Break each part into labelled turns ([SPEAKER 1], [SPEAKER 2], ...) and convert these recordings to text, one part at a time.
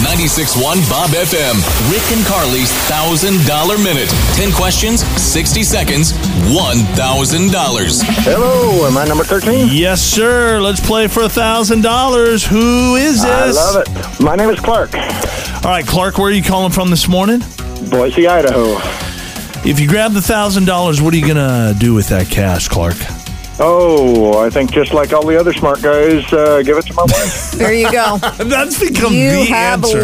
[SPEAKER 1] 96.1 Bob FM. Rick and Carly's $1,000 Minute. 10 questions, 60 seconds, $1,000.
[SPEAKER 2] Hello, am I number 13?
[SPEAKER 3] Yes, sir. Let's play for a thousand dollars. Who is this?
[SPEAKER 2] I love it. My name is Clark,
[SPEAKER 3] All right, Clark, where are you calling from this morning?
[SPEAKER 2] Boise, Idaho.
[SPEAKER 3] If you grab the thousand dollars, what are you gonna do with that cash, Clark?
[SPEAKER 2] Oh, I think just like all the other smart guys, uh, give it to my wife.
[SPEAKER 4] There you go.
[SPEAKER 3] That's become
[SPEAKER 4] You
[SPEAKER 3] the
[SPEAKER 4] have
[SPEAKER 3] answer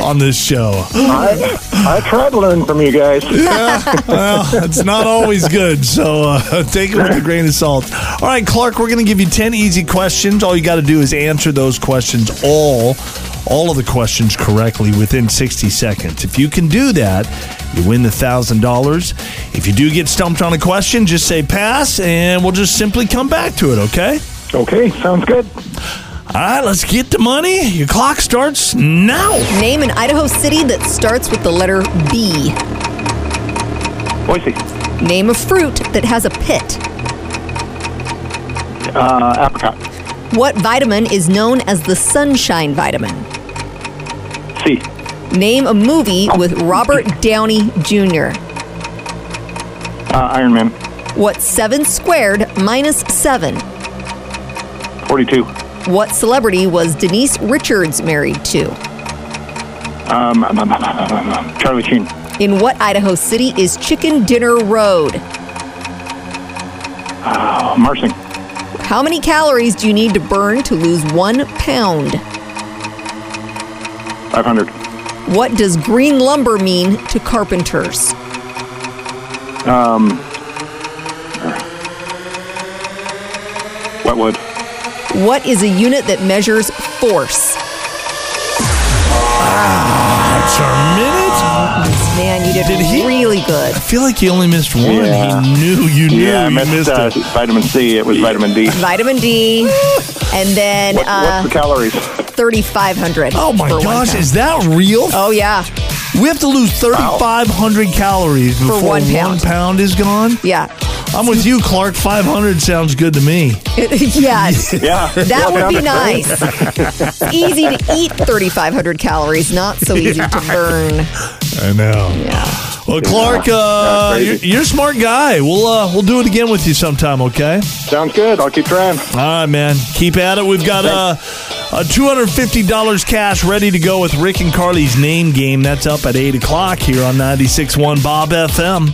[SPEAKER 3] on this show.
[SPEAKER 2] I, I try to learn from you guys.
[SPEAKER 3] well, it's not always good, so uh, take it with a grain of salt. All right, Clark, we're going to give you 10 easy questions. All you got to do is answer those questions all all of the questions correctly within 60 seconds. If you can do that, you win the $1000. If you do get stumped on a question, just say pass and we'll just simply come back to it, okay?
[SPEAKER 2] Okay, sounds good.
[SPEAKER 3] All right, let's get the money. Your clock starts now.
[SPEAKER 4] Name an Idaho city that starts with the letter B.
[SPEAKER 2] Boise,
[SPEAKER 4] Name a fruit that has a pit.
[SPEAKER 2] uh, apricot,
[SPEAKER 4] What vitamin is known as the sunshine vitamin?
[SPEAKER 2] C,
[SPEAKER 4] Name a movie with Robert Downey Jr.
[SPEAKER 2] uh, Iron Man,
[SPEAKER 4] What's 7 squared minus 7?
[SPEAKER 2] 42,
[SPEAKER 4] What celebrity was Denise Richards married to?
[SPEAKER 2] um, um, um, um, um, um, Charlie Sheen,
[SPEAKER 4] In what Idaho city is Chicken Dinner Road?
[SPEAKER 2] uh, Marsing,
[SPEAKER 4] How many calories do you need to burn to lose one pound?
[SPEAKER 2] 500,
[SPEAKER 4] What does green lumber mean to carpenters?
[SPEAKER 2] Wetwood,
[SPEAKER 4] What is a unit that measures force?
[SPEAKER 3] That's our minute.
[SPEAKER 4] Man, you did,
[SPEAKER 3] Did he-
[SPEAKER 4] really good.
[SPEAKER 3] I feel like you only missed one.
[SPEAKER 2] Yeah.
[SPEAKER 3] He knew you knew
[SPEAKER 2] Yeah, I
[SPEAKER 3] you
[SPEAKER 2] missed,
[SPEAKER 3] missed
[SPEAKER 2] uh,
[SPEAKER 3] it.
[SPEAKER 2] vitamin C. It was vitamin D.
[SPEAKER 4] Vitamin D, and then
[SPEAKER 2] What,
[SPEAKER 4] uh,
[SPEAKER 2] what's the calories?
[SPEAKER 4] 3,500.
[SPEAKER 3] Oh my
[SPEAKER 4] for one
[SPEAKER 3] gosh,
[SPEAKER 4] pound.
[SPEAKER 3] is that real?
[SPEAKER 4] Oh, yeah.
[SPEAKER 3] we have to lose 3,500 calories before
[SPEAKER 4] one pound.
[SPEAKER 3] pound is gone?
[SPEAKER 4] Yeah.
[SPEAKER 3] I'm with you, Clark. 500 sounds good to me.
[SPEAKER 4] yeah.
[SPEAKER 2] Yeah,
[SPEAKER 4] That would be nice. easy to eat 3,500 calories, not so easy to burn.
[SPEAKER 3] I know.
[SPEAKER 4] Yeah.
[SPEAKER 3] Well, Clark,
[SPEAKER 2] Yeah,
[SPEAKER 3] uh,
[SPEAKER 2] crazy.
[SPEAKER 3] you're, you're a smart guy. We'll uh, we'll do it again with you sometime, okay?
[SPEAKER 2] Sounds good. I'll keep trying.
[SPEAKER 3] All right, man. Keep at it. We've got uh, a $250 cash ready to go with Rick and Carly's name game. That's up at 8 o'clock here on 96.1 Bob FM.